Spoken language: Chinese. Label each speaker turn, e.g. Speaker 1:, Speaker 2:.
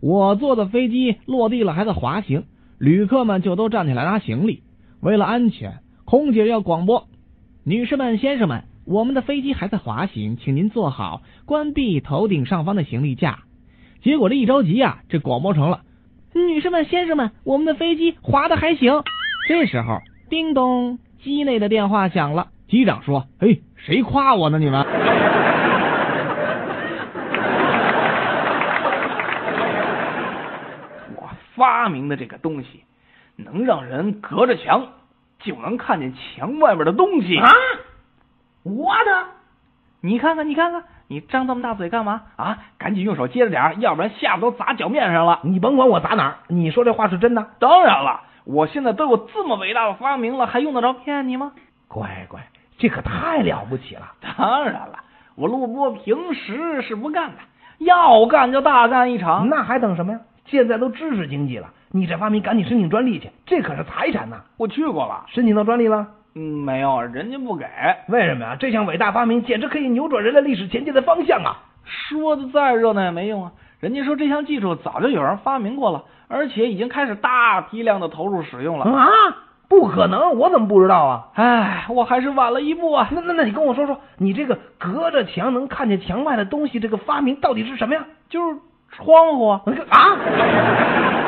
Speaker 1: 我坐的飞机落地了还在滑行，旅客们就都站起来拿行李。为了安全，空姐要广播：“女士们、先生们，我们的飞机还在滑行，请您坐好，关闭头顶上方的行李架。”结果这一着急啊，这广播成了：“女士们、先生们，我们的飞机滑的还行。”这时候，叮咚，机内的电话响了。机长说：“嘿，谁夸我呢？你们？”
Speaker 2: 我发明的这个东西，能让人隔着墙就能看见墙外面的东西
Speaker 3: 啊！我的，
Speaker 2: 你看看，你看看，你张这么大嘴干嘛啊？赶紧用手接着点儿，要不然下巴都砸脚面上了。
Speaker 3: 你甭管我砸哪儿，你说这话是真的？
Speaker 2: 当然了，我现在都有这么伟大的发明了，还用得着骗你吗？
Speaker 3: 乖乖，这可太了不起了！
Speaker 2: 当然了，我录播平时是不干的，要干就大干一场。
Speaker 3: 那还等什么呀？现在都知识经济了，你这发明赶紧申请专利去，这可是财产呐、
Speaker 2: 我去过了，
Speaker 3: 申请到专利了？
Speaker 2: 嗯，没有，人家不给。
Speaker 3: 为什么呀？这项伟大发明简直可以扭转人类历史前进的方向啊！
Speaker 2: 说的再热闹也没用啊！人家说这项技术早就有人发明过了，而且已经开始大批量的投入使用了。
Speaker 3: 啊，不可能，我怎么不知道啊？
Speaker 2: 唉，我还是晚了一步啊！
Speaker 3: 那那那你跟我说说，你这个隔着墙能看见墙外的东西，这个发明到底是什么呀？
Speaker 2: 就是窗户啊，
Speaker 3: 啊！